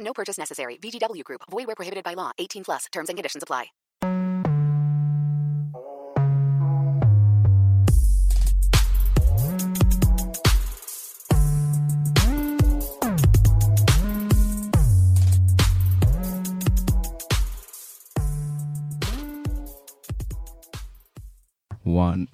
No purchase necessary. VGW Group. Void where prohibited by law. 18 plus. Terms and conditions apply. One.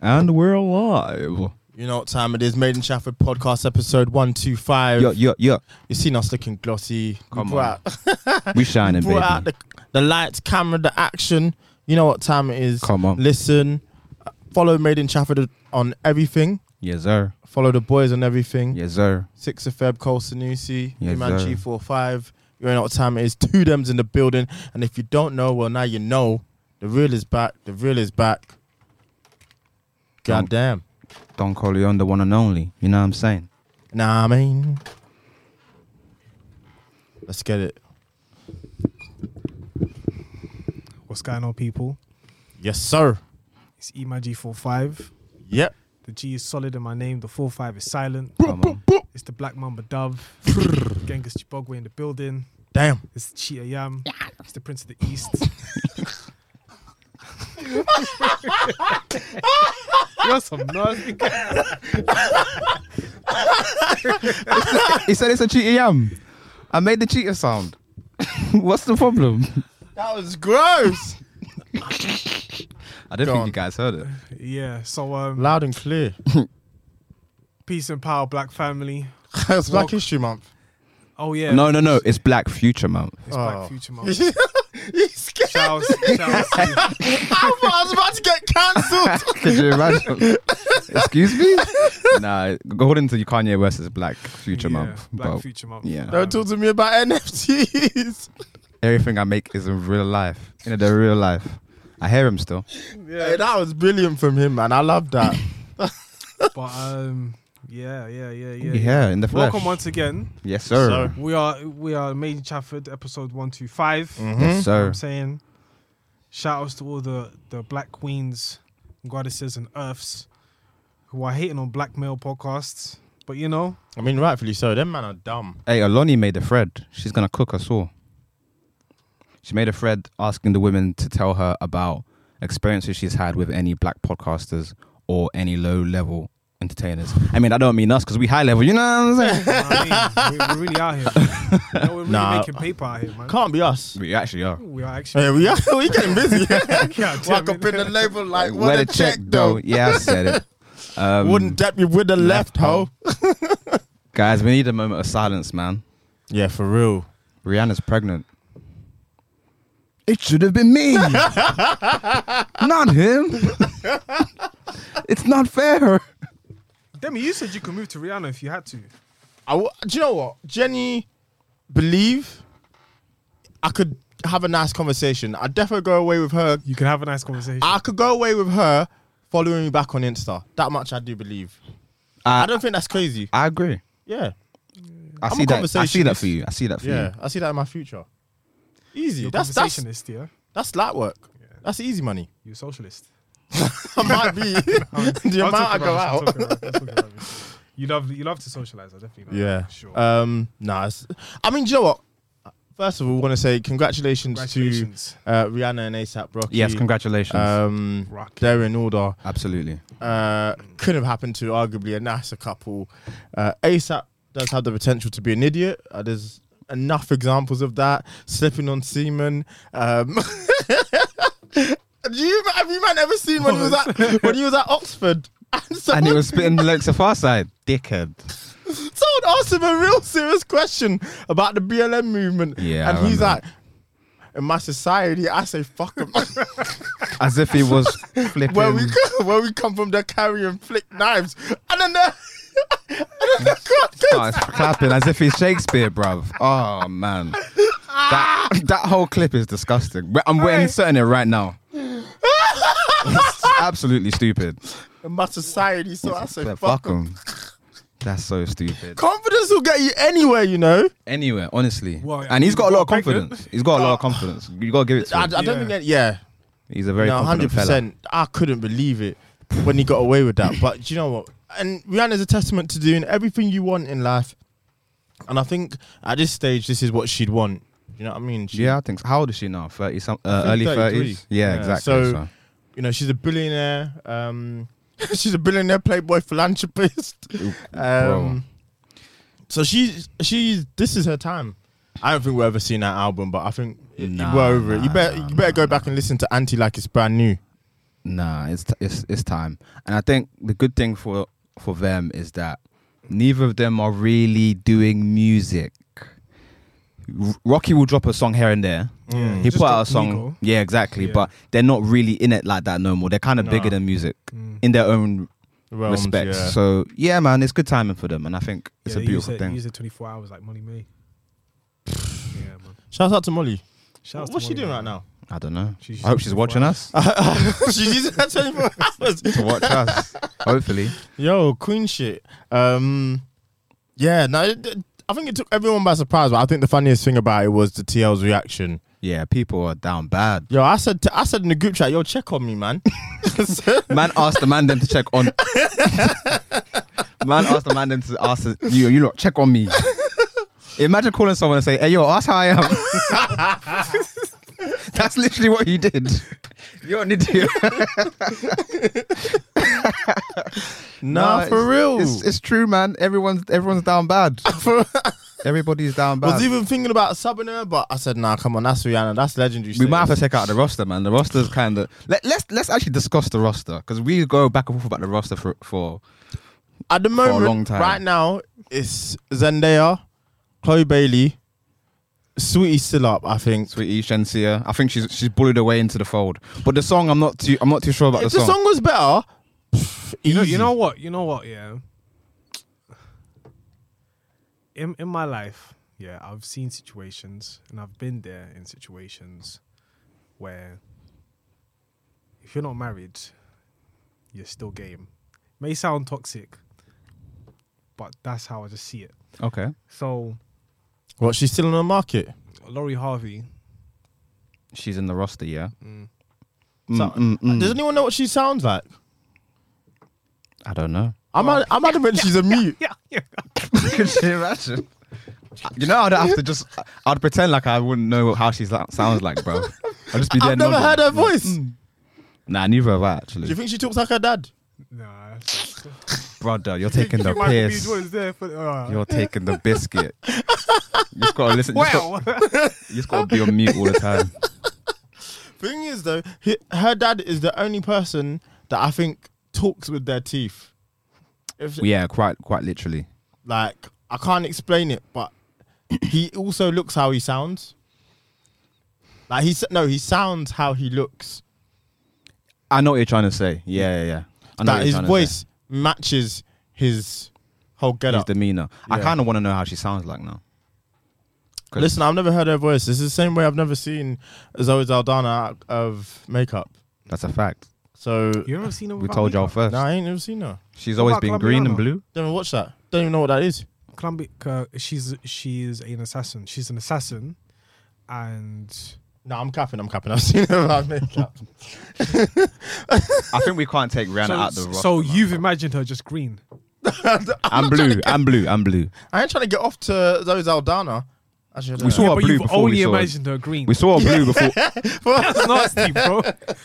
And we're alive. You know what time it is, Maiden Shafford podcast episode 125. Yo, yo, yo. You've seen us looking glossy. Come we brought out- We shining, brought out baby. the, the lights, camera, the action. You know what time it is. Come on. Listen, uh, follow Maiden Shafford on everything. Yes, sir. Follow the boys on everything. Yes, sir. 6 of Feb, Cole Sanusi, Yes, Man sir. G45. You know what time it is. Two them's in the building. And if you don't know, well, now you know. The real is back. The real is back. Come- God damn. Don Corleone, the one and only. You know what I'm saying? Nah, I mean, let's get it. What's going on, people? Yes, sir. It's EMAG45. Yep. The G is solid in my name. The 4-5 is silent. Come on. Boop, It's the Black Mamba Dove. Genghis Chibogwe in the building. Damn. It's Cheetah Yam. It's the Prince of the East. You're some nasty guy. He said it's a cheetah yam. I made the cheetah sound. What's the problem? That was gross. I didn't Go think on. you guys heard it. Yeah, so um, Loud and clear. peace and power, black family. it's Black History Month. Oh, yeah. No, no, no. It's Black Future Month. It's Oh. Black Future Month. you scared. Charles, Charles, I was about to get cancelled. Could you imagine? Excuse me? Nah, according to Kanye West, it's Black Future Yeah, Month. Black but Future Month. Yeah. Don't talk to me about NFTs. Everything I make is in real life. In the real life. I hear him still. Hey, that was brilliant from him, man. I love that. but um, yeah, yeah, yeah, yeah. Yeah, yeah in the flesh. Welcome once again. Yes, sir. Sir. We are we are Maiden Chafford episode one two five. Mm-hmm. Yes, sir. I'm saying, shout outs to all the the black queens, goddesses, and earths who are hating on black male podcasts. But you know, I mean, rightfully so. Them man are dumb. Hey, Aloni made a thread. She's gonna cook us all. She made a thread asking the women to tell her about experiences she's had with any black podcasters or any low level entertainers. I mean, I don't mean us because we high level. You know what I'm you saying? know what I mean? we're, we're really out here. You know, we're really Nah. making paper out here, man. Can't be us. we actually are. We are actually. Hey, we are we getting busy. Yeah, Walk damn up it. in the label like what a check, though. Yeah, I said it. Um, Wouldn't dap you with the left, hoe. guys? We need a moment of silence, man. Yeah, for real. Rihanna's pregnant. It should have been me, not him. it's not fair. Demi, you said you could move to Rihanna if you had to. I w- do you know what? Jenny, believe I could have a nice conversation. I'd definitely go away with her. You can have a nice conversation. I could go away with her following me back on Insta. That much I do believe. I don't think that's crazy. I agree. Yeah. I I'm see that. I see a that conversationist. for you. I see that for Yeah. you. I see that in my future. Easy. You're that's that's conversationist, yeah. that's light work. That's easy money. You're socialist. I might be the I'll amount talk I go about out. this, I'll talk about this, I'll talk about this. You love you love to socialize. I definitely know Yeah. that, sure. Um. Nah. it's- I mean, do you know what? First of all, want to say congratulations, Congratulations. to uh, Rihanna and ASAP Rocky. Yes, congratulations. Um, Rocky. they're in order. Absolutely. Uh, could have happened to arguably a nicer couple. Uh, ASAP does have the potential to be an idiot. Uh, there's enough examples of that. Slipping on semen. Um, do you have you man ever seen when he was at when he was at Oxford? And And someone, he was spitting the lyrics of Far Side. Dickhead. someone asked him a real serious question about the BLM movement. Yeah, and I he's like, remember. in my society, I say fuck 'em. As if he was flipping. where we co- where we come from, they're carrying flick knives, and then the and then the crowd goes, starts clapping as if he's Shakespeare, bruv. Oh man, that that whole clip is disgusting. But I'm we're inserting it right now. It's absolutely stupid. in my society, so I say But fuck fuck 'em. him. That's so stupid. Confidence will get you anywhere, you know. Anywhere, honestly, Well, and he's got a lot of well, pregnant. confidence. He's got a lot of confidence. You gotta give it to Oh. I, I him. don't Yeah. think that. Yeah, He's a very no, confident hundred fella. percent. I couldn't believe it when he got away with that. But do you know what? And Rihanna's a testament to doing everything you want in life. And I think at this stage, this is what she'd want. You know what I mean? She- Yeah, I think. So. How old is she now? Thirty some, uh, I early think 33. thirties. Yeah, exactly. So, So, you know, she's a billionaire. Um, she's a billionaire playboy philanthropist. Um, so she's she's this is her time. I don't think we've ever seen that album, but I think it- Nah, you were over it. You nah, better nah, you better go back and listen to Anti like it's brand new. Nah, it's t- it's it's time. And I think the good thing for for them is that neither of them are really doing music. R- Rocky will drop a song here and there. He Mm. Just put out a dropped song. Nico. Yeah, exactly. Yeah. But they're not really in it like that no more. They're kind of bigger than music in their own Realms, respects. yeah. So yeah, man, it's good timing for them, and I think it's yeah, a he beautiful used it- thing. He used it 24 hours like Molly May. yeah, man. Shout out to Molly. Shout out to What's she Molly, doing right man. now? I don't know. She's I hope she's using watching us to she's using her 24 hours. watch us. Hopefully, Yo, queen shit. Um, yeah, no, it, it- I think it took everyone by surprise, but I think the funniest thing about it was the TL's reaction. yeah. People are down bad. Yo, I said, to, I said in the group chat, yo, check on me, man. Man asked the man them to check on. man asked the man them to ask the- you. You lot check on me. Imagine calling someone and say, "Hey, yo, ask how I am." That's literally what you did. You're an idiot. nah, No, for it's- real. It's, it's true, man. Everyone's everyone's down bad. Everybody's down I bad. was even thinking about subbing her, but I said, nah, come on, that's Rihanna, that's legendary. we might have to status. check out the roster, man. The roster's kind of let, let's let's actually discuss the roster because we go back and forth about the roster for for At the moment, long time. right now, it's Zendaya, Chloe Bailey, Sweetie's still up, I think. Sweetie Shensia. I think she's she's bullied away into the fold. But the song, I'm not too I'm not too sure about If the song. was better, pff, You know, easy. you know what? You know what? Yeah. In in my life, yeah, I've seen situations and I've been there in situations where if you're not married, you're still game. May sound toxic, but that's how I just see it. Okay. So What, she's still on the market? Laurie Harvey, She's in the roster, yeah. Mm. Mm, So- Does anyone know what she sounds like? I don't know. I'm, ad- I'm adamant she's a mute. yeah, yeah, Could you imagine? You know, I'd have to just I'd pretend like I wouldn't know how she sa- sounds like, bro. I'd just be there. I've never nodding. heard her voice. Mm. Nah, neither have I Do actually. you think she talks like her dad? nah. Brother, you're taking the Might be piss. what is there for- uh, You're taking the biscuit. you just gotta listen. You just gotta- well, you just gotta be on mute all the time. Thing is, though, he, her dad is the only person that I think talks with their teeth. If, yeah, quite quite literally. Like, I can't explain it, but he also looks how he sounds. Like, he's no, he sounds how he looks. I know what you're trying to say. Yeah, yeah, yeah. I know what That you're his trying to say. voice matches his whole get his up. demeanor. I Yeah. kind of want to know how she sounds like now. 'Cause- Listen, I've never heard her voice. It's the same way I've never seen Zoe Zaldana out of makeup. That's a fact. So you ever seen her? We without told y'all makeup? first. no, I ain't never seen her. She's What always about been green and Colombiana? blue. Don't even watch that. Don't even know what that is. Colombi- uh, she's she's an assassin. She's an assassin, and No, I'm capping. I'm capping. I've seen her without makeup. I think we can't take Rihanna out the so, roster. so you've imagined her just green. I'm blue. I'm blue. I'm blue. I ain't trying to get off to Zoe Zaldana. Actually, I don't We know. saw her but blue you've before only we saw. imagined her green. We saw her blue before, That's nasty, bro.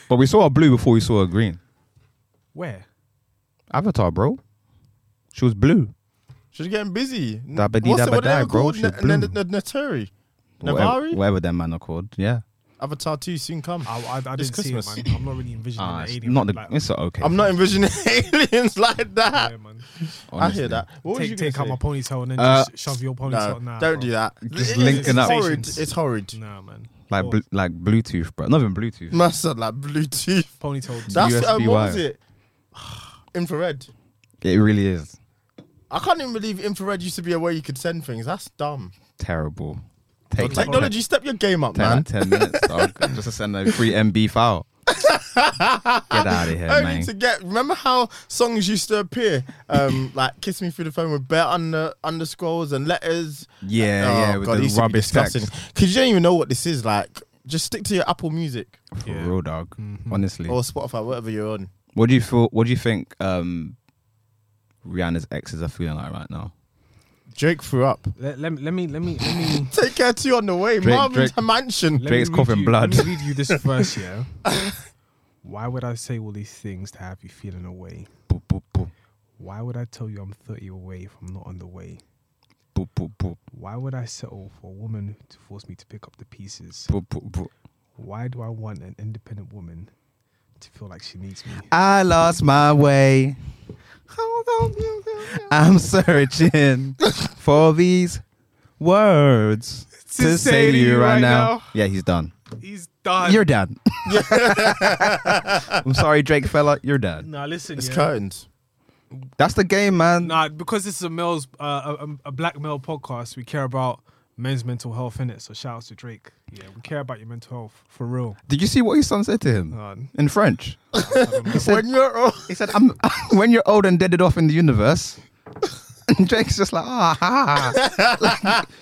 but we saw her blue before we saw her green. Where? Avatar, bro. She was blue. She's getting busy. Dabba-dee, What's it- what are they dabba-die, bro. called? She's Na- na- bloom. na- Naturi. Whatever, Navari? whatever them man are called. Yeah. Avatar 2 soon come. I, I, I didn't It's see Christmas. it, man. I'm not really envisioning Ah, the it's alien. not the. like, It's okay. I'm not envisioning aliens like that. yeah, man. I hear honestly. that. What was you Take, gonna take out say? my ponytail and then Uh, just shove your No, ponytail. nah, don't bro. do that. Just It- linking it's up. Horrid. Sensations. It's horrid. Nah, man. Like Or bl- like Bluetooth, bro. Not even Bluetooth. Must have like Bluetooth. ponytail. That's uh, USB what was wire. it? infrared. It really is I can't even believe infrared used to be a way you could send things. That's dumb. terrible. But Take like technology, step your game up, ten, ten, man. like ten minutes dog, just to send a free MB file. Get out of here, Only man. to get. Remember how songs used to appear, um, like "Kiss Me Through the Phone" with bare under under scrolls and letters. Yeah, Oh, yeah, with God, the it used to be rubbish disgusting. text. Cause you don't even know what this is. Like, just stick to your Apple Music For Yeah. real, dog. Honestly, or Spotify, whatever you're on. what do you feel? What do you think? Um, Rihanna's exes are feeling like right now. Drake threw up. Let, let, me- let me let me let me. Take care to you on the way, Drake- Marvin's Drake- mansion. Let Drake's me read coughing you- blood. Let me read you this verse, yeah. Why would I say all these things to have you feeling away? Boop, boop, boop, Why would I tell you I'm 30 away if I'm not on the way? boop, boop, boop, Why would I settle for a woman to force me to pick up the pieces? boop, boop, boop. Why do I want an independent woman to feel like she needs me? I lost my way. I'm searching for these words to, say to you right, now. Yeah, he's done. He's done. You're done. I'm sorry, Drake fella. You're done. Nah, listen, It's yeah. curtains. That's the game, man. Nah, because this is a male's uh, a, a black male podcast, we care about men's mental health in it. So shout out to Drake. Yeah, we care about your mental health for real. Did you see what his son said to him On. in French? He said, When you're old, he said I'm, when you're old and deaded off in the universe. And Drake's just like, ah, ha. Like,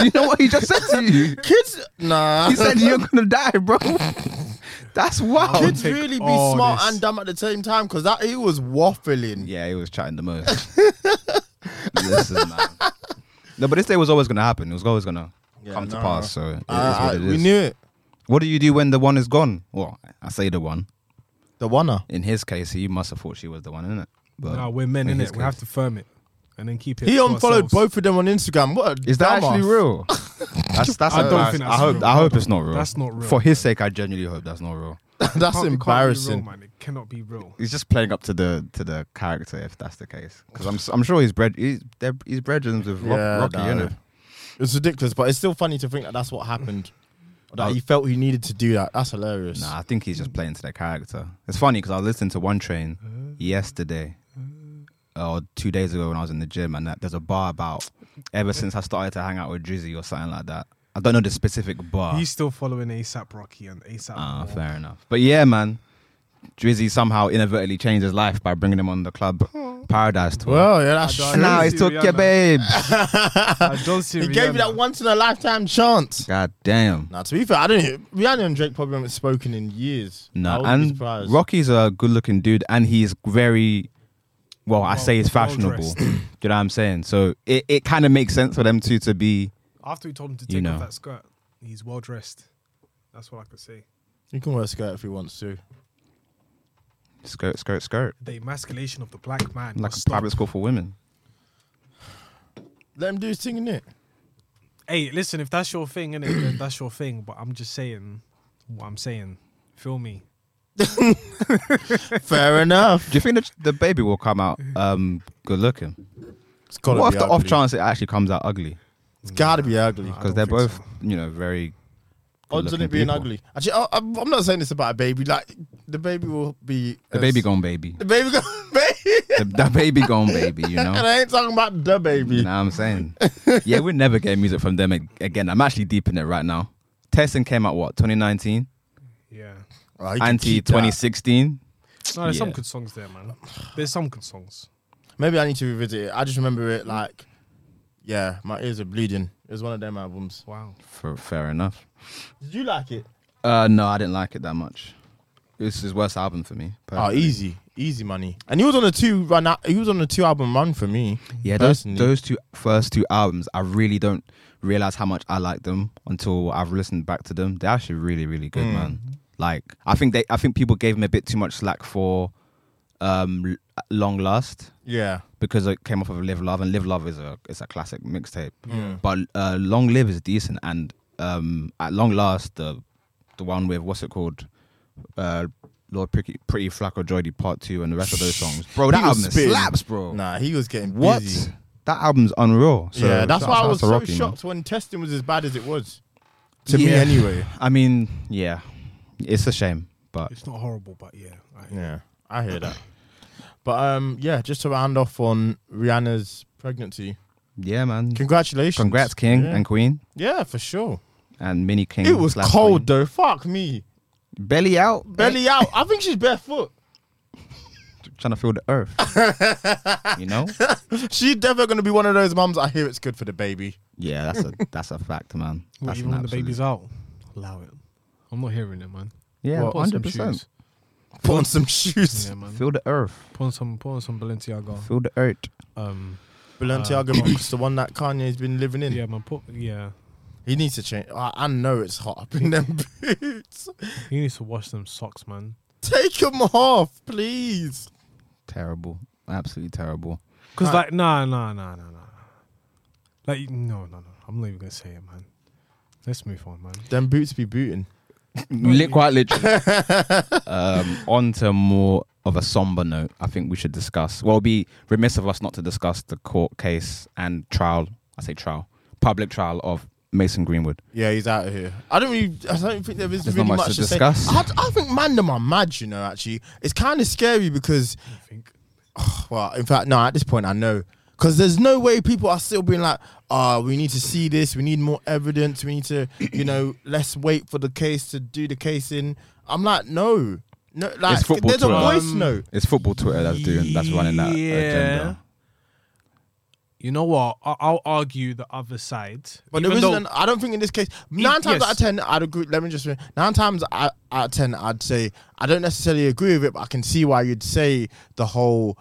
do you know what he just said to you? kids, nah. He said you're gonna die, bro. That's wild. Kids take really be all smart this. and dumb at the same time because that he was waffling. Yeah, he was chatting the most. Listen, man. No, but this day was always gonna happen. It was always gonna Yeah, come to no. pass. So it is I- I- what it is. we knew it. What do you do when the one is gone? Well, I say the one. The winner. In his case, he must have thought she was the one, innit? But Nah, we're men in in his it. We have case. to firm it and then keep it. He to unfollowed ourselves. both of them on Instagram. What? A is that dumbass. actually real? That's that's. I don't embarrassing. think that's I hope real. I hope it's not real. That's not real, For his sake, I genuinely hope that's not real. That's Can't- it can't be real, embarrassing. man. It cannot be real. He's just playing up to the to the character if that's the case. Because I'm s- I'm sure he's bred he's, they're- he's brethren with Rock, Yeah, Rocky, no. innit? It's ridiculous, but it's still funny to think that that's what happened. That I- he felt he needed to do that. That's hilarious. Nah, I think he's just playing to the character. It's funny because I listened to One Train Uh. yesterday uh, or two days ago when I was in the gym, and that, there's a bar about ever since I started to hang out with Drizzy or something like that. I don't know the specific bar. He's still following ASAP Rocky and ASAP. Ah, Mob. fair enough. But yeah, man, Drizzy somehow inadvertently changed his life by bringing him on the club Paradise tour. Well, yeah, that's I true. and now don't he's see took your Rihanna. babe. I don't see. He gave you that Rihanna. once in a lifetime chance. God damn. Now, to be fair, I didn't. Rihanna and Drake probably haven't spoken in years. I No, wouldn't be and surprised. Rocky's a good-looking dude, and he's very, well, I say he's well fashionable. dressed. Do you know what I'm saying? So it, it kind of makes sense for them two to be. After we told him to take You know. off that skirt, he's well dressed. That's what I could say. He can wear a skirt if he wants to. Skirt, skirt, skirt. The emasculation of the black man. Like must a private school for women. Let him do his thing in it. stop. Hey, listen, if that's your thing, innit, then that's your thing. But I'm just saying what I'm saying. Feel me. Fair enough. Do you think that the baby will come out um, good looking? It's gotta What be if the ugly. off chance it actually comes out ugly? It's gotta be ugly. Because they're both, you know, very. Odds on good-looking it being people. ugly. Actually, I, I'm I'm not saying this about a baby. Like the baby will be The as- baby gone baby. The baby go baby. the, the baby gone baby, you know? And I ain't talking about the baby. You know what I'm saying? yeah, we're never getting music from them ag- again. I'm actually deep in it right now. Tessin came out what, 2019? Yeah. Oh, you can Anti keep that. 2016? No, there's some Yeah. good songs there, man. There's some good songs. Maybe I need to revisit it. I just remember it like, yeah, my ears are bleeding. It was one of them albums. Wow. F- fair enough. Did you like it? Uh, no, I didn't like it that much. It's his worst album for me. Oh, personally. easy, easy money. And he was on a two run. Out, he was on a two album run for me. Yeah, those, personally. those two first two albums, I really don't realize how much I like them until I've listened back to them. They're Hmm. actually really, really good, man. Like, I think they, I think people gave him a bit too much slack for um, L- Long Last Yeah. because it came off of Live Love, and Live Love is a it's a classic mixtape. But uh, Long Live is decent, and um, at long last, the the one with what's it called, uh, Lord Pretty, Pretty Flacco Joydy Part Two, and the rest of those songs, bro. That He was album spitting. slaps, bro. Nah, he was getting what? busy. That album's unreal. So yeah, that's shouts why I out was to so Rocky, man. shocked when testing was as bad as it was. To me, Yeah. anyway. I mean, yeah, it's a shame, but It's not horrible, but yeah. I- Yeah, I hear that. But um, yeah, just to round off on Rihanna's pregnancy. yeah, man. Congratulations. Congrats, King yeah. and Queen Yeah, for sure. and Mini King. It was slash cold Queen. though. Fuck me. belly out, Belly out. I think she's barefoot. trying to feel the earth. you know. She's definitely gonna be one of those mums. I hear it's good for the baby. Yeah, that's a that's a fact, man. What, That's even an when the baby's absolute- out, allow it. I'm not hearing it, man. Yeah, Put on some hundred percent. shoes. Put on some shoes. Yeah, man. Feel the earth. Put on some, put on some Balenciaga. Feel the earth. Um, Balenciaga boots, the one that Kanye's been living in. yeah, man. Put, yeah. He needs to change. I, I know it's hot up in them boots. He needs to wash them socks, man. Take them off, please. Terrible. Absolutely terrible. Cause Right. like, nah, nah, nah, nah, nah. Like, no, no, no. I'm not even gonna say it, man. Let's move on, man. Them boots be booting. Lit quite literally. um, on to more of a somber note. I think we should discuss. Well, it'd be remiss of us not to discuss the court case and trial. I say trial, public trial of Mason Greenwood. Yeah, he's out of here. I don't really. I don't think there is There's not really much much to to say. discuss. I, I think man, them are mad. You know, actually, it's kind of scary because, I think. well, in fact, no. At this point, I know because there's no way people are still being like, "Ah, we need to see this. We need more evidence. We need to, you know, let's wait for the case to do the case in." I'm like, no, no. Like, It's football there's a Twitter. voice Um, note. It's football Twitter that's doing that's running that Yeah. agenda. You know what? I- I'll argue the other side. But Even there isn't. though- an, I don't think in this case. Nine times out yes. of ten, I'd agree. Let me just nine times out out of ten, I'd say I don't necessarily agree with it, but I can see why you'd say the whole,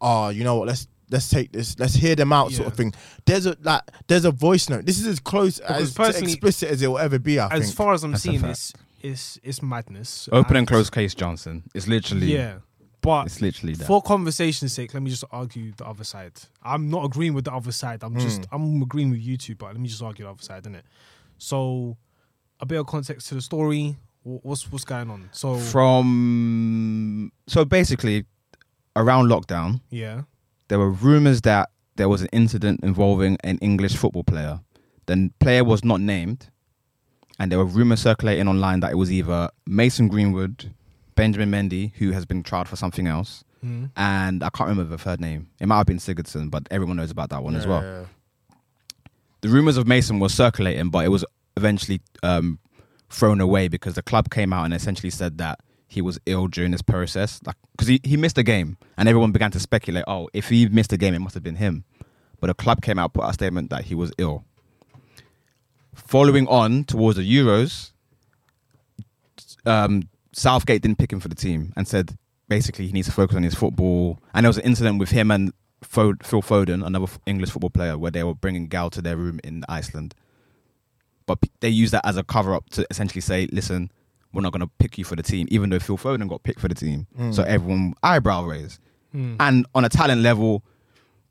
"Oh, you know what? Let's let's take this. Let's hear them out," sort of Yeah. thing. There's a like. There's a voice note. This is as close Because as to personally- explicit as it will ever be. I as think. far as I'm That's a seeing, fact. it's it's it's madness. Open and close case, Johnson. It's literally. Yeah, but It's literally that. for conversation's sake, let me just argue the other side. I'm not agreeing with the other side. I'm Mm. just I'm agreeing with you two, but let me just argue the other side, innit? So a bit of context to the story. Wh- What's what's going on? So from so basically around lockdown yeah, there were rumors that there was an incident involving an english football player the player was not named and there were rumors circulating online that it was either mason greenwood benjamin mendy who has been tried for something else and i can't remember the third name it might have been sigurdsson but everyone knows about that one as well the rumors of Mason were circulating, but it was eventually um, thrown away because the club came out and essentially said that he was ill during this process, like because he, he missed a game, and everyone began to speculate, oh, if he missed a game, it must have been him. But the club came out put out a statement that he was ill. Following on towards the Euros, um, Southgate didn't pick him for the team and said basically he needs to focus on his football. And there was an incident with him and Fo- Phil Foden, another f- English football player, where they were bringing Gal to their room in Iceland. But p- they used that as a cover up to essentially say, listen, we're not going to pick you for the team, even though Phil Foden got picked for the team. So everyone eyebrow raised. And on a talent level,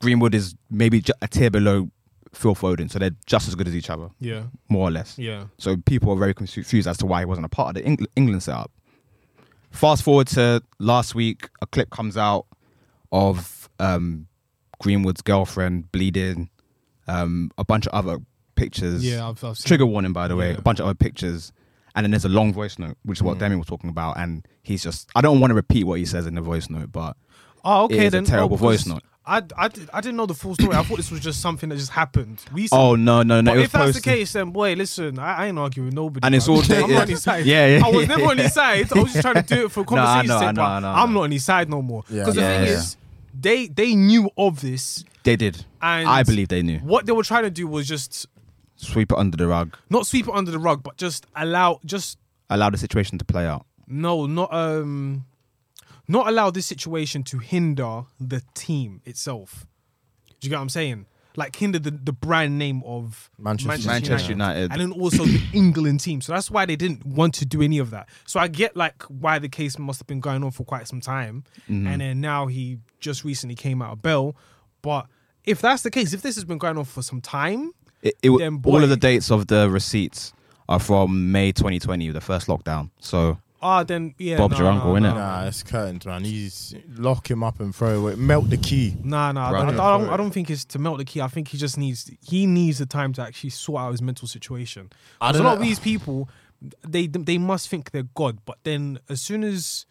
Greenwood is maybe ju- a tier below Phil Foden. So they're just as good as each other, yeah, more or less. yeah. So people are very confused as to why he wasn't a part of the Engl- England setup. Fast forward to last week, a clip comes out of um, Greenwood's girlfriend bleeding, um, a bunch of other pictures. Yeah, I've- I've seen- Trigger warning, by the way, Yeah. Mm. a bunch of other pictures. And then there's a long voice note, which is what Demi was talking about. And he's just, I don't want to repeat what he says in the voice note, but Oh, It okay is a then. terrible oh, because voice note. I, I, did- I didn't know the full story. I thought this was just something that just happened. We oh, no, no, no. But it was if that's posted- the case, then boy, listen, I, I ain't arguing with nobody. And it's man. all I'm dated. not on his side. Yeah, yeah, I was yeah. never on his side. I was just trying to do it for No, I conversation. know, I know, I know, I I'm know. not on his side no more. Yeah. Because Yeah, the thing yeah. is, they they knew of this, They did. and I believe they knew. What they were trying to do was just Sweep it under the rug, not sweep it under the rug, but just allow, just allow the situation to play out. no, not um, not allow this situation to hinder the team itself. Do you get what I'm saying? like hindered the, the brand name of Manchester Manchester United. and then also the England team. So that's why they didn't want to do any of that. So I get like why the case must have been going on for quite some time, Mm-hmm. and then now he just recently came out of bail. But if that's the case, if this has been going on for some time, It, it, w- Then boy- all of the dates of the receipts are from May 2020, the first lockdown. So ah, then yeah, Bob's no, your no, uncle, no, innit? Nah, it's curtains, man. He's lock him up and throw away, melt the key. Nah, nah. I Right. don't- I, don't, I don't think it's to melt the key. I think he just needs he needs the time to actually sort out his mental situation. I Because a don't lot of know. these people, they they must think they're God, but then as soon as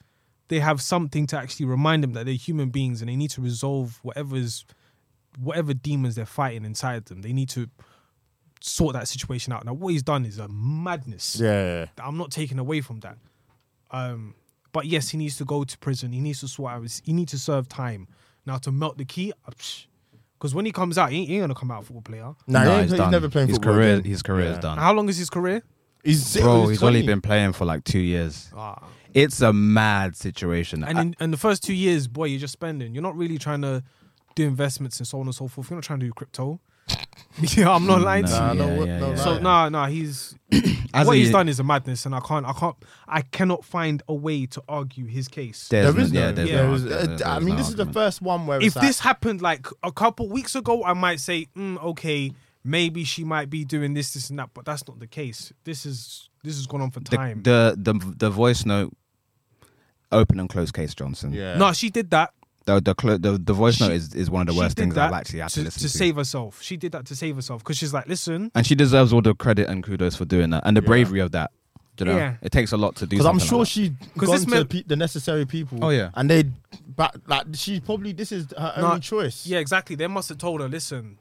they have something to actually remind them that they're human beings and they need to resolve whatever's whatever demons they're fighting inside them, they need to sort that situation out. Now, what he's done is a madness. Yeah, I'm not taking away from that. Um, but yes, he needs to go to prison. He needs to sort out. his- He needs to serve time. Now to melt the key, because when he comes out, he ain't, he ain't gonna come out a football player. nah, nah, he ain't- he's, he's done. never playing his football. career. again. His career is Yeah. done. How long is his career? He's Bro, he's only 20. been playing for like two years. Ah. It's a mad situation. And I- in and the first two years, boy, you're just spending. You're not really trying to do investments and so on and so forth. You're not trying to do crypto. yeah, I'm not lying to you. Nah, no, Yeah, what- yeah, no, yeah. So lie. nah, nah, he's As what a- he's done is a madness, and I can't, I can't, I cannot find a way to argue his case. There's There is no- yeah, no- there's there no- is- uh, there's- I there's mean, no this is the argument. first one where if it's like- this happened like a couple weeks ago, I might say, mm, okay, maybe she might be doing this, this, and that. But that's not the case. This is this has gone on for the, time. the the the voice note open and close case Johnson. yeah, no, she did that. The the clo- the, the voice She- note is, is one of the she worst did things that I've actually had to, to, listen to. save herself. She did that to save herself because she's like, listen, And she deserves all the credit and kudos for doing that and the bravery of that. Do you know? Yeah. It takes a lot to do because I'm something sure like she Because gone this to meant- pe- the necessary people. Oh, yeah. and they, but like she probably this is her No, only choice. yeah, exactly. They must have told her, listen,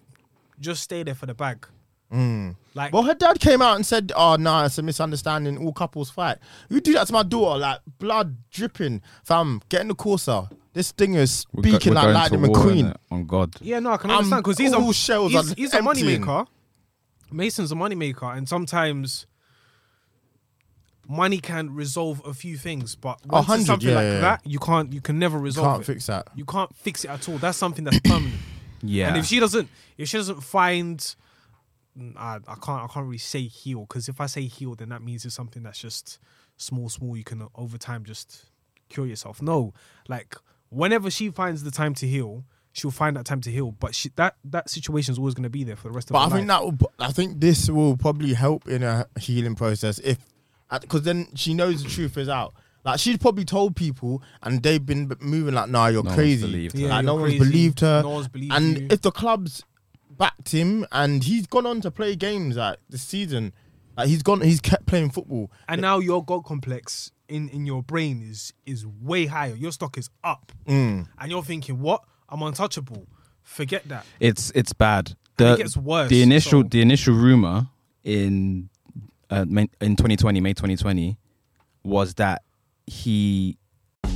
just stay there for the bag. Mm. Like, Well, her dad came out and said, "Oh no, it's a misunderstanding. All couples fight. You do that to my daughter, like blood dripping, fam. Get in the Corsa. This thing is We're go- speaking we're like going to Lightning war, McQueen. innit? On God. Yeah, no, I can Um, understand because he's a all shells he's, are he's a emptying. moneymaker. Mason's a moneymaker, and sometimes money can resolve a few things, but once it's hundred, something yeah, like yeah, yeah. that, you can't you can never resolve Can't it. fix that. You can't fix it at all. That's something that's permanent. Yeah. And if she doesn't, if she doesn't find, Mm, I, I can't I can't really say heal because if I say heal, then that means it's something that's just small, small. You can uh, over time just cure yourself. No, like whenever she finds the time to heal, she'll find that time to heal. But she, that that situation is always going to be there for the rest of. But I her think life. that will, I think this will probably help in a healing process if, because then she knows the truth is out. Like she's probably told people, and they've been b- moving like, "Nah, you're No one's crazy." believed her. Yeah, like, no you're one's crazy. believed her. No one's believed and you. if the club's backed him, and he's gone on to play games like this season, like he's gone, he's kept playing football. and now your god complex in in your brain is is way higher. Your stock is up, Mm. and you're thinking, what? I'm untouchable. Forget that. It's it's bad. And The, it gets worse, The initial so- the initial rumor in uh, May- in 2020 May 2020 was that he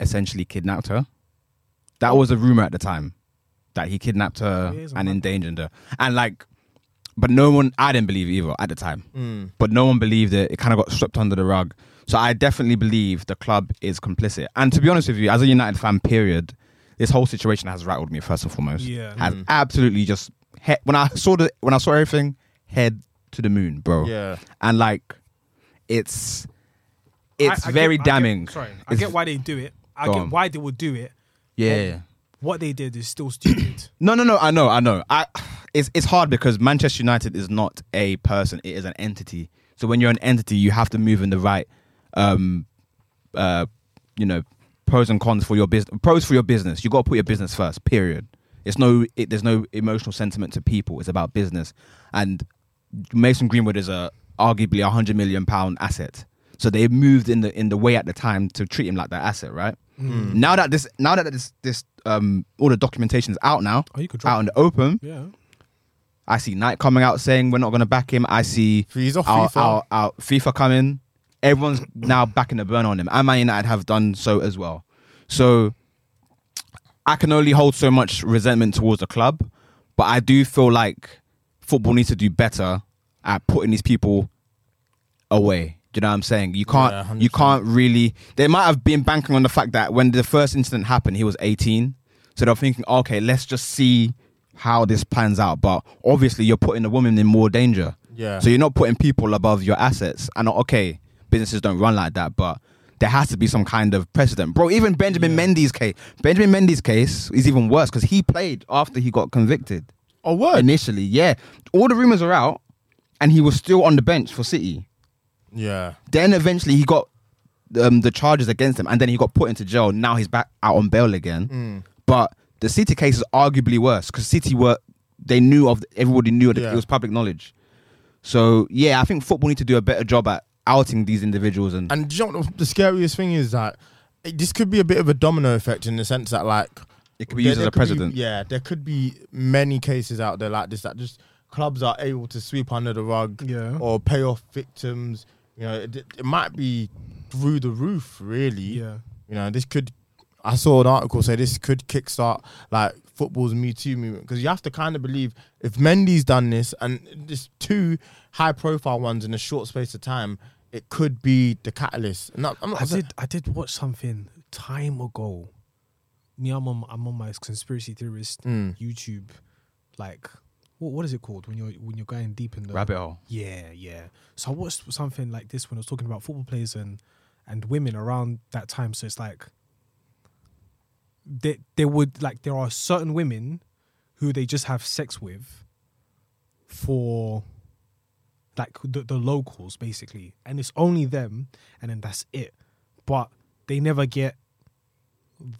essentially kidnapped her. That was a rumor at the time that he kidnapped her Yeah, he's a and mad- endangered her. And like, but no one, I didn't believe it either at the time. Mm. But no one believed it. It kind of got swept under the rug. So I definitely believe the club is complicit. And to be honest with you, as a United fan, period, this whole situation has rattled me first and foremost. Yeah. Mm. has absolutely just he- when I saw the when I saw everything, head to the moon, bro. Yeah. and like, it's it's I- I very get- I get- damning. sorry, I It's- get why they do it. I Go get on. why they would do it. Yeah. What they did is still stupid. No, no, no. I know, I know. I it's it's hard because Manchester United is not a person; it is an entity. So when you're an entity, you have to move in the right, um, uh, you know, pros and cons for your business. Pros for your business. You got to put your business first. Period. It's no. It, there's no emotional sentiment to people. It's about business. And Mason Greenwood is a arguably a hundred million pound asset. So they Hmm. moved in the in the way at the time to treat him like that asset, right? Now that this now that this this um all the documentation's out now, Oh, you could drop out in the open. Yeah. I see Knight coming out saying we're not going to back him. I see He's off our, FIFA. Our, our FIFA coming. Everyone's now backing the burn on him. And Man United have done so as well. So I can only hold so much resentment towards the club, but I do feel like football needs to do better at putting these people away. Do you know what I'm saying? You can't Yeah, you can't really they might have been banking on the fact that when the first incident happened he was 18. So they're thinking, okay, let's just see how this pans out. But obviously you're putting the woman in more danger. Yeah. So you're not putting people above your assets. And uh, okay, businesses don't run like that, but there has to be some kind of precedent. Bro, even Benjamin Mendy's case. Benjamin Mendy's case is even worse because he played after he got convicted Oh, word. initially. Yeah, all the rumors are out, and he was still on the bench for City. yeah. Then eventually he got um, the charges against him, and then he got put into jail. Now he's back out on bail again. Hmm. But the City case is arguably worse because City were they knew of everybody knew that Yeah. it was public knowledge. So yeah, I think football need to do a better job at outing these individuals and, And do you know what the scariest thing is that it, this could be a bit of a domino effect in the sense that like it could be used there as a could be- precedent. yeah, there could be many cases out there like this that just clubs are able to sweep under the rug Yeah. or pay off victims. You know, it, it might be through the roof, really. Yeah. You know, this could. I saw an article say this could kickstart like football's Me Too movement because you have to kind of believe if Mendy's done this and there's two high profile ones in a short space of time, it could be the catalyst. And I'm not I did. I did watch something time ago. Me, I'm on. I'm on my conspiracy theorist Hmm. YouTube. Like, what what is it called when you're when you're going deep in the Rabbit hole. Yeah, yeah. So I watched something like this when I was talking about football players and and women around that time. So it's like they they would like there are certain women who they just have sex with for like the, the locals basically and it's only them and then that's it but they never get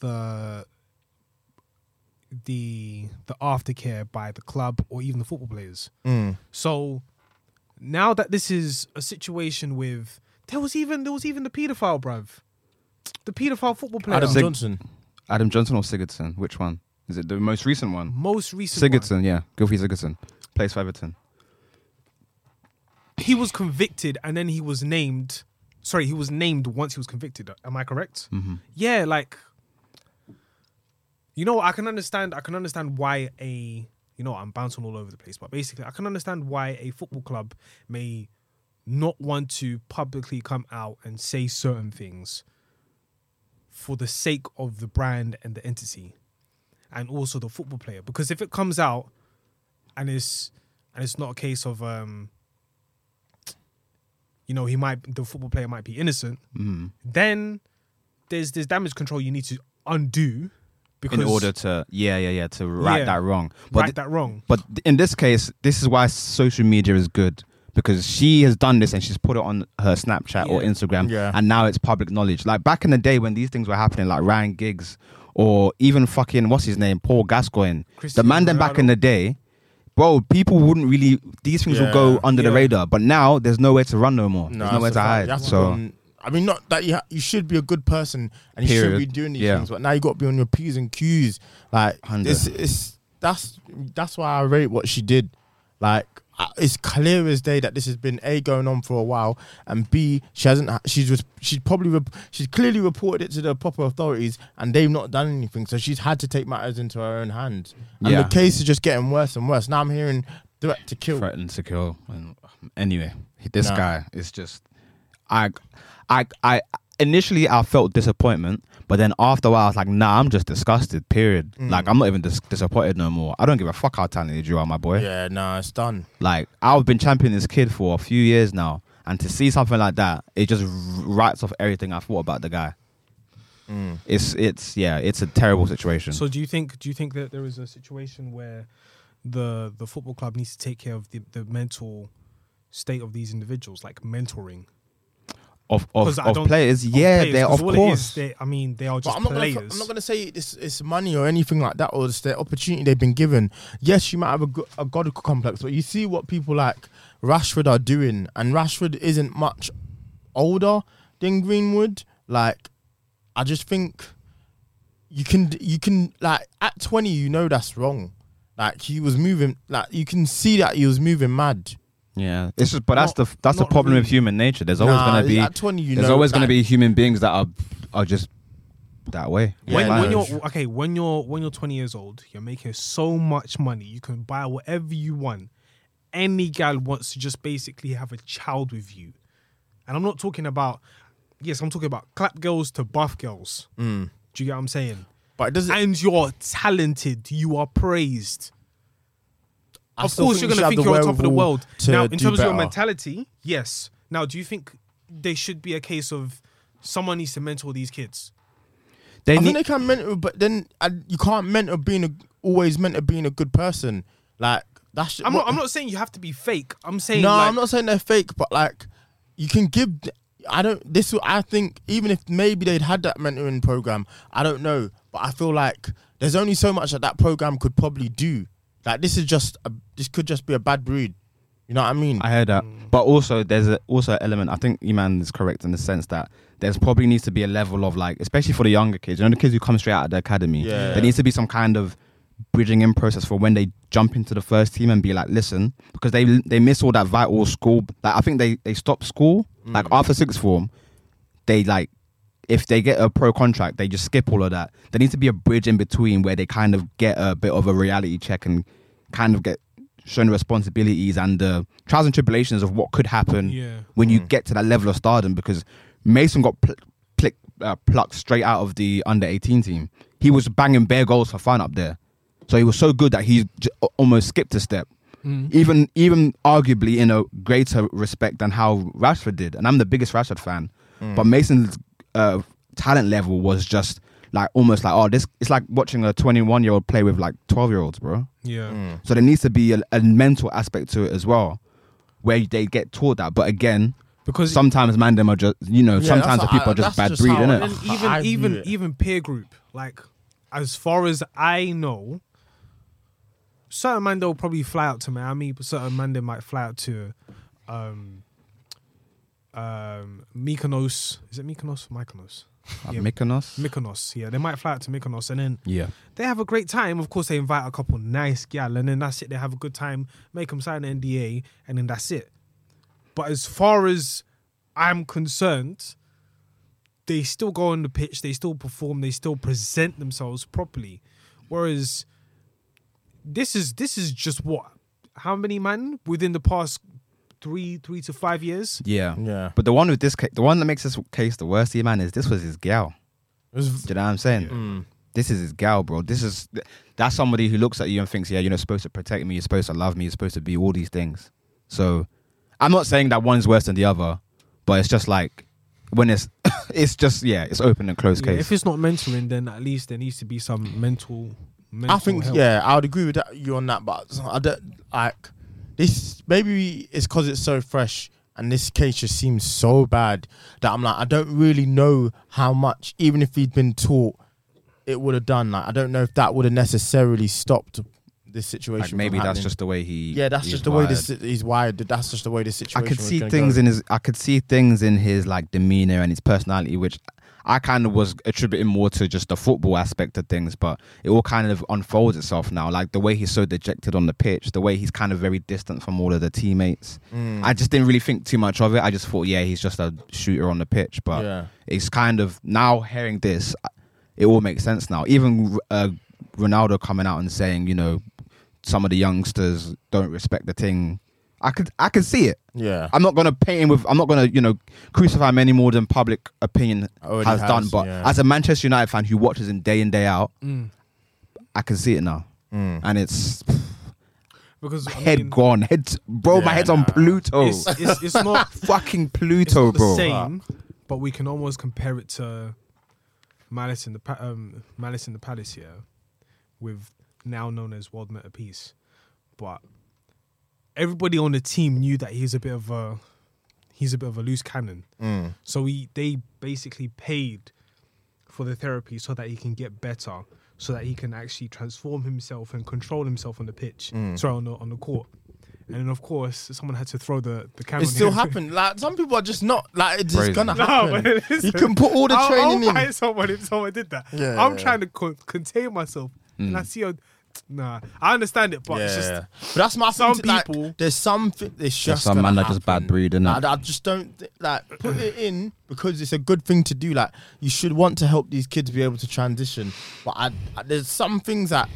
the the the aftercare by the club or even the football players so now that this is a situation with there was even there was even the pedophile bruv the pedophile football player Adam Sig- Johnson. Adam Johnson or Sigurdsson? Which one is it? The most recent one? most recent one. Sigurdsson, yeah, Gilfie Sigurdsson plays for Everton. he was convicted and then he was named sorry he was named once he was convicted am i correct yeah like you know what, i can understand i can understand why a you know i'm bouncing all over the place but basically i can understand why a football club may not want to publicly come out and say certain things for the sake of the brand and the entity and also the football player because if it comes out and it's and it's not a case of um you know he might the football player might be innocent Mm. then there's there's damage control you need to undo because in order to yeah yeah yeah to right Yeah. that wrong right th- that wrong but th- in this case this is why social media is good because she has done this and she's put it on her snapchat or Yeah. instagram Yeah. and now it's public knowledge like back in the day when these things were happening like ryan giggs or even fucking what's his name paul gascoigne Cristiano the man then back in Ronaldo. the day bro people wouldn't really these things would Yeah. go under the Yeah. radar but now there's nowhere to run no more there's No, that's nowhere a to fact. You hide have to so go on- I mean, not that you ha- you should be a good person and you should be Period. doing these Yeah. things, but now you got to be on your p's and q's. Like Hundred. it's it's that's that's why I rate what she did. Like I- it's clear as day that this has been a going on for a while, and b she hasn't. ha- She's res- she's probably rep- she's clearly reported it to the proper authorities, and they've not done anything. So she's had to take matters into her own hands, and Yeah. the case is just getting worse and worse. Now I'm hearing threat to kill. threatened to kill. And anyway, this Nah. guy is just, I, I, I. Initially, I felt disappointment, but then after a while, I was like, Nah, I'm just disgusted. Period. Mm. Like, I'm not even dis- disappointed no more. I don't give a fuck how talented you are, my boy. Yeah, nah, it's done. Like, I've been championing this kid for a few years now, and to see something like that, it just r- writes off everything I thought about the guy. It's it's yeah, it's a terrible situation. Mm. so do you think do you think that there is a situation where the the football club needs to take care of the, the mental state of these individuals like mentoring of of, 'Cause I of don't- players, of yeah, players, they're 'cause of all it is, course. they- I mean, they are But just I'm not, gonna, players. fu- I'm not gonna say it's, it's money or anything like that, or it's the opportunity they've been given. Yes, you might have a, go- a god complex, but you see what people like Rashford are doing, and Rashford isn't much older than Greenwood. Like, I just think you can you can like at 20 you know that's wrong like he was moving like you can see that he was moving mad Yeah, it's just, but that's Not- the that's the not problem with really. human nature. There's always Nah, gonna be at 20 you there's know, always gonna like- be human beings that are are just that way. When, Like, when you're okay, when you're when you're 20 years old, you're making so much money, you can buy whatever you want. Any gal wants to just basically have a child with you, and I'm not talking about yes, I'm talking about clap girls to buff girls. Mm. Do you get what I'm saying? but it doesn't And you're talented, you are praised. I of still course, think you're you should gonna have think the you're on top of the wherewithal world. to Now, in do terms of your better. mentality, yes. Now, do you think there should be a case of someone needs to mentor these kids? they I need, think they can mentor, but then uh, you can't mentor being a always mentor being a good person. Like that's. I'm what- not. I'm not saying you have to be fake. I'm saying No, like, I'm not saying they're fake, but like you can give. th- I don't. This will- I think even if maybe they'd had that mentoring program, I don't know. But I feel like there's only so much that that program could probably do. Like this is just a, this could just be a bad breed. You know what I mean? I heard that, Mm. but also there's a, also an element. I think Iman is correct in the sense that there's probably needs to be a level of like, especially for the younger kids, you know, the kids who come straight out of the academy. Yeah. There needs to be some kind of bridging in process for when they jump into the first team and be like, listen, because they they miss all that vital school. Like I think they they stop school like Mm. after sixth form, they like. If they get a pro contract, they just skip all of that. There needs to be a bridge in between where they kind of get a bit of a reality check and kind of get shown the responsibilities and the trials and tribulations of what could happen Yeah. when you get to that level of stardom because Mason got pl- plick, uh, plucked straight out of the under 18 team. He was banging bare goals for fun up there. So he was so good that he j- almost skipped a step. Even even arguably in a greater respect than how Rashford did. And I'm the biggest Rashford fan. But Mason's uh, talent level was just like almost like oh this it's like watching a 21 year old play with like 12 year olds, bro. yeah. So there needs to be a, a mental aspect to it as well, where they get taught that. But again, Because sometimes man them are just you know Yeah, sometimes that's the how- people are just that's bad just breed how in it it. is. even I agree even with it. even peer group, like as far as I know, certain man they'll probably fly out to Miami, but certain man they might fly out to um um Mykonos. Is it Mykonos? Mykonos. Yeah. Mykonos. Mykonos. Yeah, they might fly out to Mykonos and then Yeah. they have a great time. Of course, they invite a couple nice gal, and then that's it. They have a good time, make them sign an NDA, and then that's it. But as far as I'm concerned, they still go on the pitch, they still perform, they still present themselves properly. Whereas this is this is just what how many men within the past three three to five years? Yeah. Yeah. But the one with this case, the one that makes this case the worst, here, man, is this was his gal. It was- Mm. Do you know what I'm saying? This is his gal, bro. This is that's somebody who looks at you and thinks, yeah, you're not supposed to protect me, you're supposed to love me, you're supposed to be all these things. So I'm not saying that one's worse than the other, but it's just like when it's it's just yeah, it's open and closed Yeah, case. if it's not mentoring, then at least there needs to be some mental. mental I think help. yeah, I would agree with that, you on that, but I don't like this. Maybe it's because it's so fresh, and this case just seems so bad that I'm like, I don't really know how much, even if he'd been taught, it would have done. Like, I don't know if that would have necessarily stopped this situation. like from maybe that's happening. just the way he yeah, that's he's just the way wired. this he's wired. That's just the way this I situation. could was see gonna things go. in his I could see things in his like demeanor and his personality, which I kind of was attributing more to just the football aspect of things, but it all kind of unfolds itself now. Like the way he's so dejected on the pitch, the way he's kind of very distant from all of the teammates. Mm. I just didn't really think too much of it. I just thought, yeah, he's just a shooter on the pitch, but Yeah. it's kind of now hearing this, it all makes sense now. Even uh, Ronaldo coming out and saying, you know, some of the youngsters don't respect the thing. I could I could see it. Yeah. I'm not gonna paint him with. I'm not gonna you know crucify him any more than public opinion has, Already has, done. But yeah. as a Manchester United fan who watches him day in day out, Mm. I can see it now, Mm. and it's because I head mean, gone. Head bro, my Yeah, head's on nah. Pluto. It's, it's, it's not Fucking it's Pluto, not the bro. same, but we can almost compare it to Malice in the Pa- um, Malice in the Palace here, with now known as World Meta Peace. But everybody on the team knew that he's a bit of a he's a bit of a loose cannon. Mm. So he they basically paid for the therapy so that he can get better, Mm. so that he can actually transform himself and control himself on the pitch. Sorry, on the on the court. and then of course someone had to throw the the camera. It on still him. happened. Like some people are just not like it's just Crazy. gonna No, happen. but Oh, it you is- can put all the I'll- training I'll in. fight someone if someone did that. Yeah, I'm yeah. trying to con- contain myself, and Mm. I see a nah. I understand it, but yeah, it's just but that's my some thing to, like, people- there's something. There's just some gonna man that just happen. bad breed, innit? Like, I just don't thi- like put it in because it's a good thing to do. Like you should want to help these kids be able to transition, but I, I- there's some things that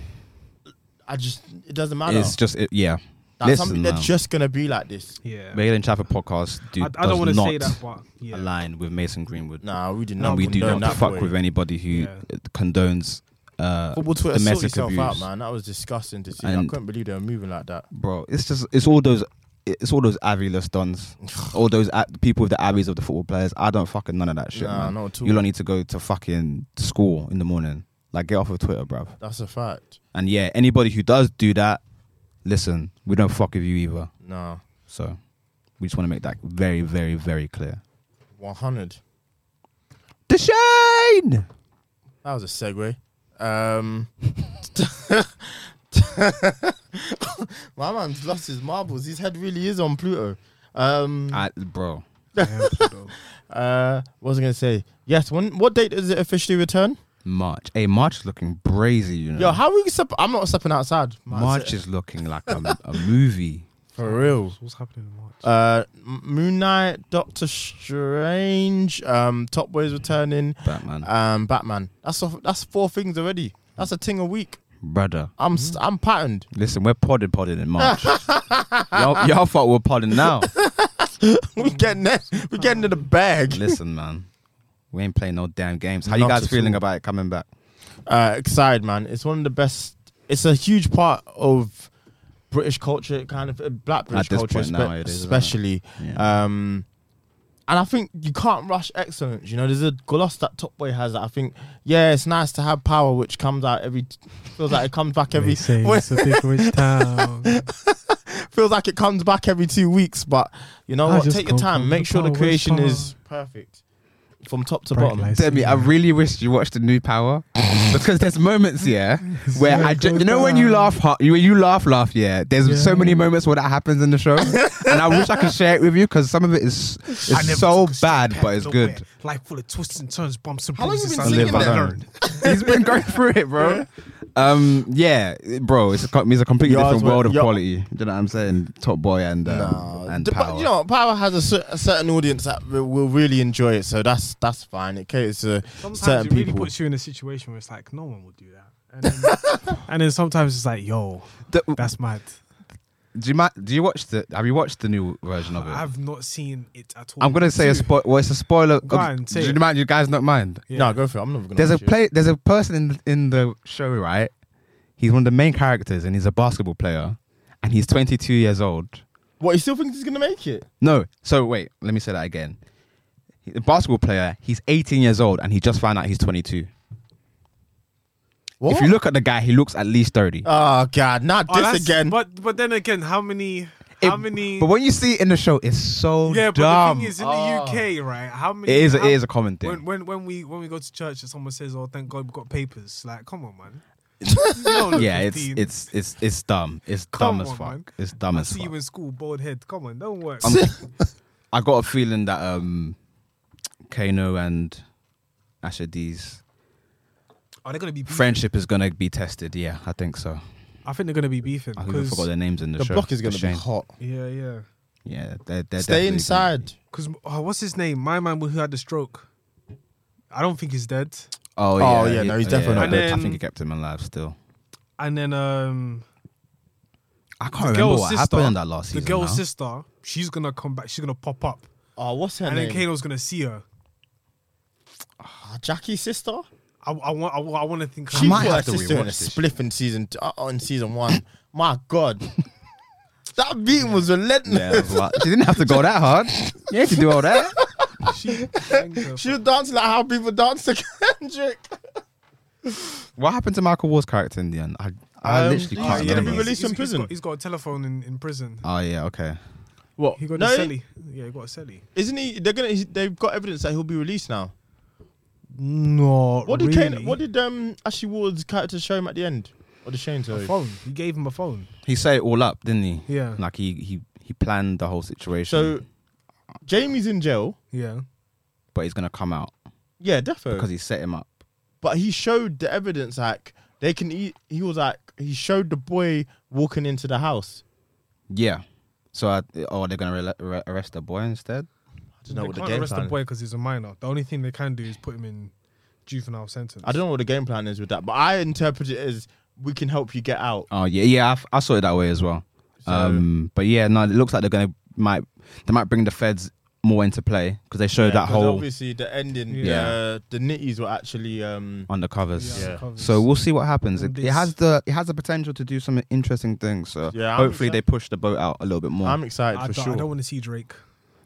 I just it doesn't matter. It's just it, yeah. Like, some, Listen, they're now. just gonna be like this. yeah. Miguel and Chapa podcast do, I, I don't does want to not say that, but yeah. align with Mason Greenwood. Nah, we did and not. we do condone not that fuck way. with anybody who Yeah. condones uh, Football Twitter sort domestic yourself abuse. out, man. That was disgusting to see. I And- couldn't believe they were moving like that. bro. It's just it's all those it's all those Avi dons, all those a- people with the Avies of the football players. I don't fucking none of that shit, Nah, man. not at all. You don't need to go to fucking school in the morning. Like get off of Twitter, bruv. That's a fact. And yeah, anybody who does do that, listen, we don't fuck with you either. No, So we just want to make that very, very, very clear. 100. Deshane! That was a segue. Um, my man's lost his marbles. His head really is on Pluto. Um, I, bro, uh, what was I gonna say? Yes. When? What date does it officially return? March. Hey, March is looking brazy, you know. Yo, how are we? Sup- I'm not stepping outside. Man, March sit- is looking like a, a movie. for real. What's happening in March? Uh, M- Moon Knight, Doctor Strange, um, Top Boy's returning, Batman. um, Batman. That's a, that's four things already. That's a thing a week. Brother. I'm st- I'm patterned. Listen, we're podding podding in March. y'all, y'all thought we're podding now. we Mm. getting there. We getting to the bag. Listen, man. We ain't playing no damn games. How you Not guys at feeling all. about it coming back? uh, excited, man. It's one of the best. It's a huge part of British culture, kind of uh, black British this culture, point spe- now it is, isn't it? especially. Yeah. Um, and I think you can't rush excellence. You know, there's a gloss that Top Boy has. That I think, yeah, it's nice to have power, which comes out every feels like it comes back every it's a big rich town. feels like it comes back every two weeks. But you know I what? just Take your come from time. Make the sure the power, creation power. is perfect from top to Bright bottom. lights. Demi, I really wish you watched the new Power because there's moments, yeah, where I, ju- you know, when you laugh, ha- you you laugh, laugh, yeah. There's so many moments where that happens in the show, and I wish I could share it with you because some of it is it's so bad, but it's good. Life full of twists and turns, bumps and How long you bruises. been I singing live, I that? learn. He's been going through it, bro. Um, yeah, it- bro, it's a, co- it's a completely Yours different were- world of your- quality. Do you know what I'm saying? Top Boy and um, and D- Power. But you know, Power has a, cer- a certain audience that will, will really enjoy it, so that's that's fine. It caters to Sometimes certain it really people. puts you in a situation where it's like no one would do that, and then, and then sometimes it's like, yo, The- that's mad. do you ma- do you watch the? Have you watched the new version of it? I've not seen it at all. I'm gonna say a Dude, spoil. Well, it's a spoiler. Go on, say do you it. mind? You guys not mind? No, go for it. I'm never gonna. There's a watch it. play. There's a person in in the show, right? He's one of the main characters, and he's a basketball player, and he's 22 years old. What you still think he's gonna make it? No, so wait, let me say that again. The basketball player, he's 18 years old, and he just found out he's 22. What? If you look at the guy, he looks at least Uh, 30. oh god, not oh, that's- this again. But but then again, how many? It- How many? But when you see it in the show, it's so yeah, but dumb. the thing is, in the UK, right? How many? it is. how- it is a common thing. When, when when we when we go to church and someone says, "Oh, thank God we got papers," like, come on, man. You don't look Uh, yeah, it's 15. it's it's it's dumb. It's Come dumb as on, fuck. man. It's dumb I as see fuck. you in school, bald head. Come on, don't work. I got a feeling that um, Kano and Asher D's Are they gonna be beefing? friendship is gonna be tested. Yeah, I think so. I think they're gonna be beefing. I think I 'cause- forgot their names in the, the show. block is gonna It's a be shame. hot. yeah, yeah. Yeah, they're, they're Stay definitely gonna- inside. Because oh, what's his name? My man who had the stroke. I don't think he's dead. Oh yeah, Oh, yeah, no, he's definitely not dead. I And think he then- kept him alive still. And then um, I the can't remember girl's what sister. happened in that last the season. girl's now. sister. She's gonna come back. She's gonna pop up, Oh, what's her and then name? Kano's gonna see her. Ah, Jackie's sister. I, I want. I, want to think. She might put her have to sister in a rewatch this. spliff in season t- uh, in season one. My god, that beating was relentless. Yeah, well, she didn't have to go that hard. You had to do all that. she, She was dancing like how people dance to Kendrick. What happened to Michael Ward's character in the end? I, I Um, literally he's can't gonna be remember. released from prison. He's got, he's got a telephone in, in prison. Oh yeah, okay. What? He got no, a celly. Yeah, he got a celly. isn't he? They're gonna. he's- They've got evidence that he'll be released now. No. What did Kane, what did um Ashley Ward's character show him at the end? What did Shane tell A you? phone. He gave him a phone. He set it all up, didn't he? Yeah. Like he he he planned the whole situation. So Jamie's in jail. Yeah. but he's gonna come out Yeah, definitely. because he set him up. but he showed the evidence like they can eat. He was like he showed the boy walking into the house. Yeah. So I, oh, they're gonna re- re- arrest the boy instead. I don't know they what the can't game arrest plan. the boy because he's a minor. The only thing they can do is put him in juvenile sentence. I don't know what the game plan is with that, but I interpret it as we can help you get out. Oh yeah, yeah. I, f- I saw it that way as well. um, but yeah, no, it looks like they're gonna might they might bring the feds more into play because they showed that 'Cause whole obviously the ending. Yeah. uh, the nitties were actually um. undercovers. Yeah. So we'll see what happens. It, And it this- has the it has the potential to do some interesting things. So Yeah, I'm hopefully they excited. push the boat out a little bit more. I'm excited I for don't, sure. I don't want to see Drake.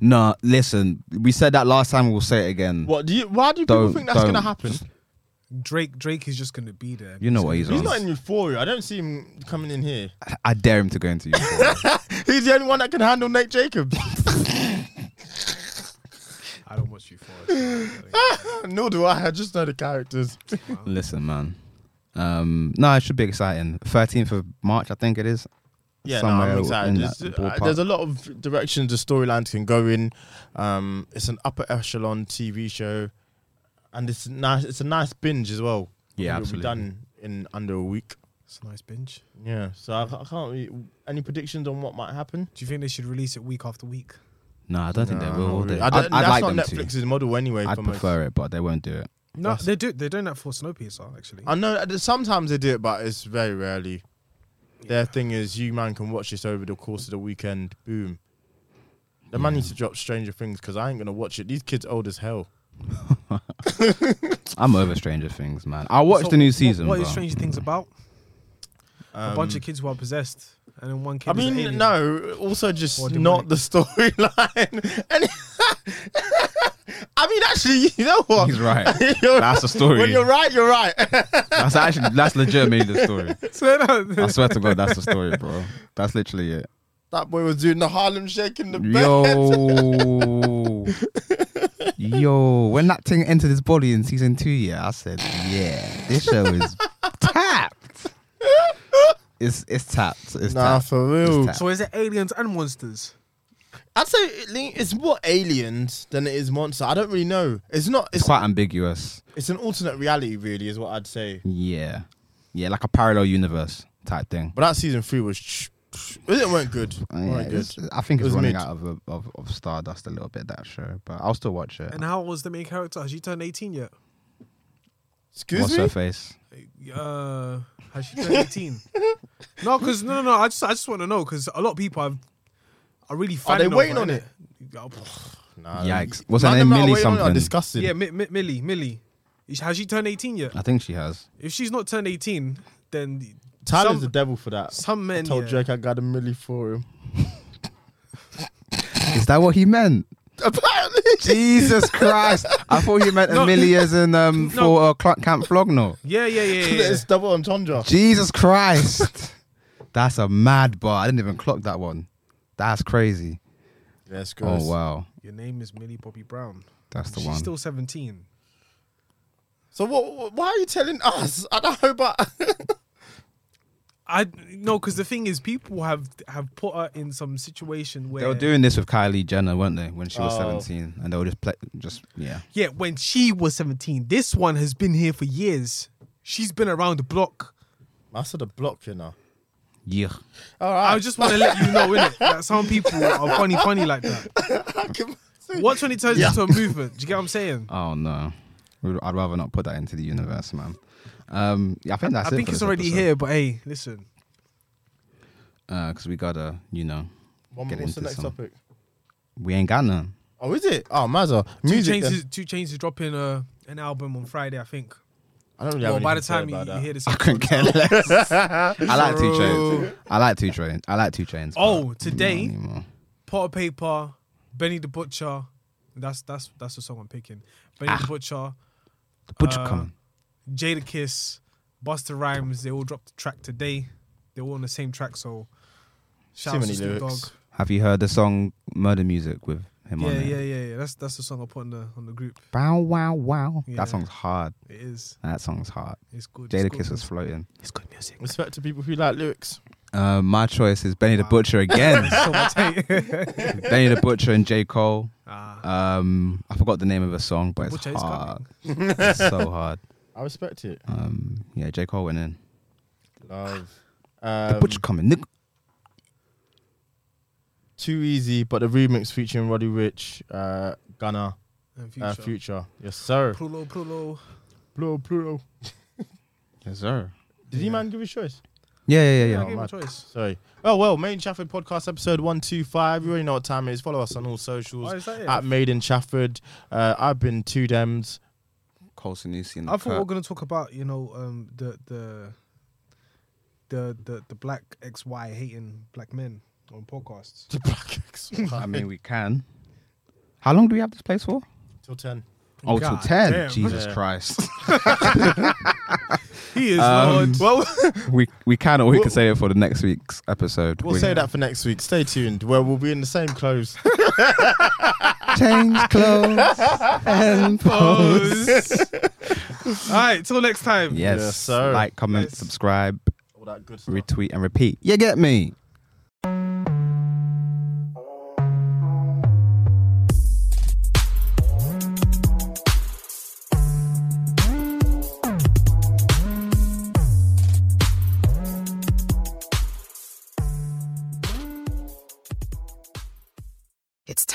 no, listen, we said that last time. We'll say it again. what do you? Why do people Don't- think that's gonna don't. happen? Just- Drake Drake is just going to be there. You know what he's He's on. not in euphoria. I don't see him coming in here. I dare him to go into you. He's the only one that can handle Nate Jacobs. I don't watch you for it. Nor do I. I just know the characters. Listen, man. Um, no, it should be exciting. Thirteenth of March, I think it is. Yeah, no, Somewhere I'm in excited. There's, that uh, ballpark. there's a lot of directions the storylines can go in. Um, it's an upper echelon TV show, and it's nice. It's a nice binge as well. Yeah, It'll absolutely. Be done in under a week. It's a nice binge. Yeah, so I, I can't. Really, any predictions on what might happen? Do you think they should release it week after week? No, I don't think they will. will I they? don't- I'd, I'd that's like not them Netflix's to. model anyway. I'd for most- prefer it, but they won't do it. No, That's- they do. They're doing that for Snowpiercer actually. I know that sometimes they do it, but it's very rarely. Their thing is, you man can watch this over the course of the weekend. Boom. The man needs to drop Stranger Things because I ain't gonna watch it. These kids old as hell. I'm over Stranger Things, man. I watched So the new what- season. What is bro. Stranger Things about? a bunch of kids who are possessed, and then one kid. Um, I is an mean, alien. no. Also, just Or not demonic. the storyline. And I mean, actually, you know what? He's right. You're- That's the story. When you're right, you're right. That's actually that's legitimately the story. So, no, Uh, I swear to God, that's the story, bro. That's literally it. that boy was doing the Harlem Shake in the bed. Yo, yo, when that thing entered his body in season two, yeah, I said, yeah, this show is tapped. It's it's tapped. It's Nah, tapped. for real. It's tapped. so is it aliens and monsters? I'd say it link- it's more aliens than it is monster. I don't really know. It's not. it's It's quite ambiguous. it's an alternate reality, really, is what I'd say. Yeah, yeah, like a parallel universe type thing. But that season three was. ch- ch- It weren't good. Uh, Weren't yeah, good. it's- I think It it's was running mid. out of, uh, of of stardust a little bit that show, but I'll still watch it. And how old is the main character? Has she turned eighteen yet? Excuse What's me. her face? Uh, has she turned eighteen? no, because no, no, no. I just, I just want to know because a lot of people have, are really. Are they fanning over waiting on innit? Oh, it? Yeah, Nah, Yikes. you- What's her man, name? them out Millie waiting on it are something. Disgusting. Yeah, Mi- Mi- Millie, Millie. Is- Has she turned eighteen yet? I think she has. If she's not turned eighteen, then Tyler's some- the devil for that. some men, I told yeah. Drake I got a milli for him. Is that what he meant? Apparently, Jesus Chrisst! I thought he meant Amelia as in um, No. for uh, Cl- Camp Flogno. yeah, yeah, yeah, yeah. it's double entendre. Jesus Christ! That's a mad bar. I didn't even clock that one. That's crazy. Yes, Oh wow, Your name is Millie Bobby Brown. that's the She's one. still seventeen. So what? what- Why are you telling us? I don't know, but I no, because the thing is, people have have put her in some situation where They were doing this with Kylie Jenner, weren't they, when she was Oh. 17? And they were just play, just yeah. Yeah, when she was 17. This one has been here for years. She's been around the block. I said a block, you know. Yeah. All right. I just want to let you know, innit, that some people are funny, funny like that. Watch when it turns into a movement. Do you get what I'm saying? Oh no. We'd- I'd rather not put that into the universe, man. Um, yeah, I think that's I it. think for it's this already episode. here, but hey, listen. because we gotta, you know, One, get what's into the next some. topic? We ain't got none. Oh, is it? Oh, Mazza. Two Music. Chainz, then. is, Two Chainz is dropping uh, an album on Friday, I think. I don't really have Well, by the anything to say time you, about you that. hear this, I couldn't care less. I like two chains. I like two chains. I like two chains. but Oh, today- not anymore. Potter Paper, Benny the Butcher. That's that's that's the song I'm picking. Benny Ah. the Butcher, the butcher uh, coming. Jada Kiss, Buster Rhymes, they all dropped a track today. They're all on the same track, so shout Too out many to Snoop Dogg. lyrics. Have you heard the song "Murder Music" with him Yeah, on there. yeah, yeah, yeah. That's that's the song I put on the on the group. Bow wow wow. Yeah. That song's hard. It is. That song's hard. It's good. it's Jada good Kiss was music. floating. It's good music. Respect to people who like lyrics. Uh, my choice is Benny the Butcher again. So much hate. Benny the Butcher and J Cole. Ah. Um, I forgot the name of the song, but it's Butcher is hard. It's so hard. I respect it. Um, yeah, J Cole went in. Love. the Um, Butcher coming. Nick. Too easy, but the remix featuring Roddy Rich, uh, Gunna, And uh, Future. Future. Yes, sir. Prulo, Prulo. Plural, plural. Yes, sir. Did he man give his choice? Yeah, yeah, yeah, I yeah. gave him a mad. choice. Sorry. Oh well, Maiden Chafford podcast episode one two five. You already know what time it is. Follow us on all socials Oh, is that it? at Maiden Chafford. Uh, I've been two dems. Cole Sanusi in the I thought we cut. were going to talk about you know um, the the the the the black XY hating black men on podcasts. The Black X. I mean, we can. How long do we have this place for? till ten. Oh, till God 10. damn. Jesus Yeah. Christ. He is Um, not. Well, we we can, or we can We'll- save it for the next week's episode. we'll We- say that for next week. Stay tuned, where we'll be in the same clothes. Change clothes and pose. All right, till next time. Yes. Yes, sir. Like, comment, Yes. subscribe, all that good stuff. retweet, and repeat. You get me. It's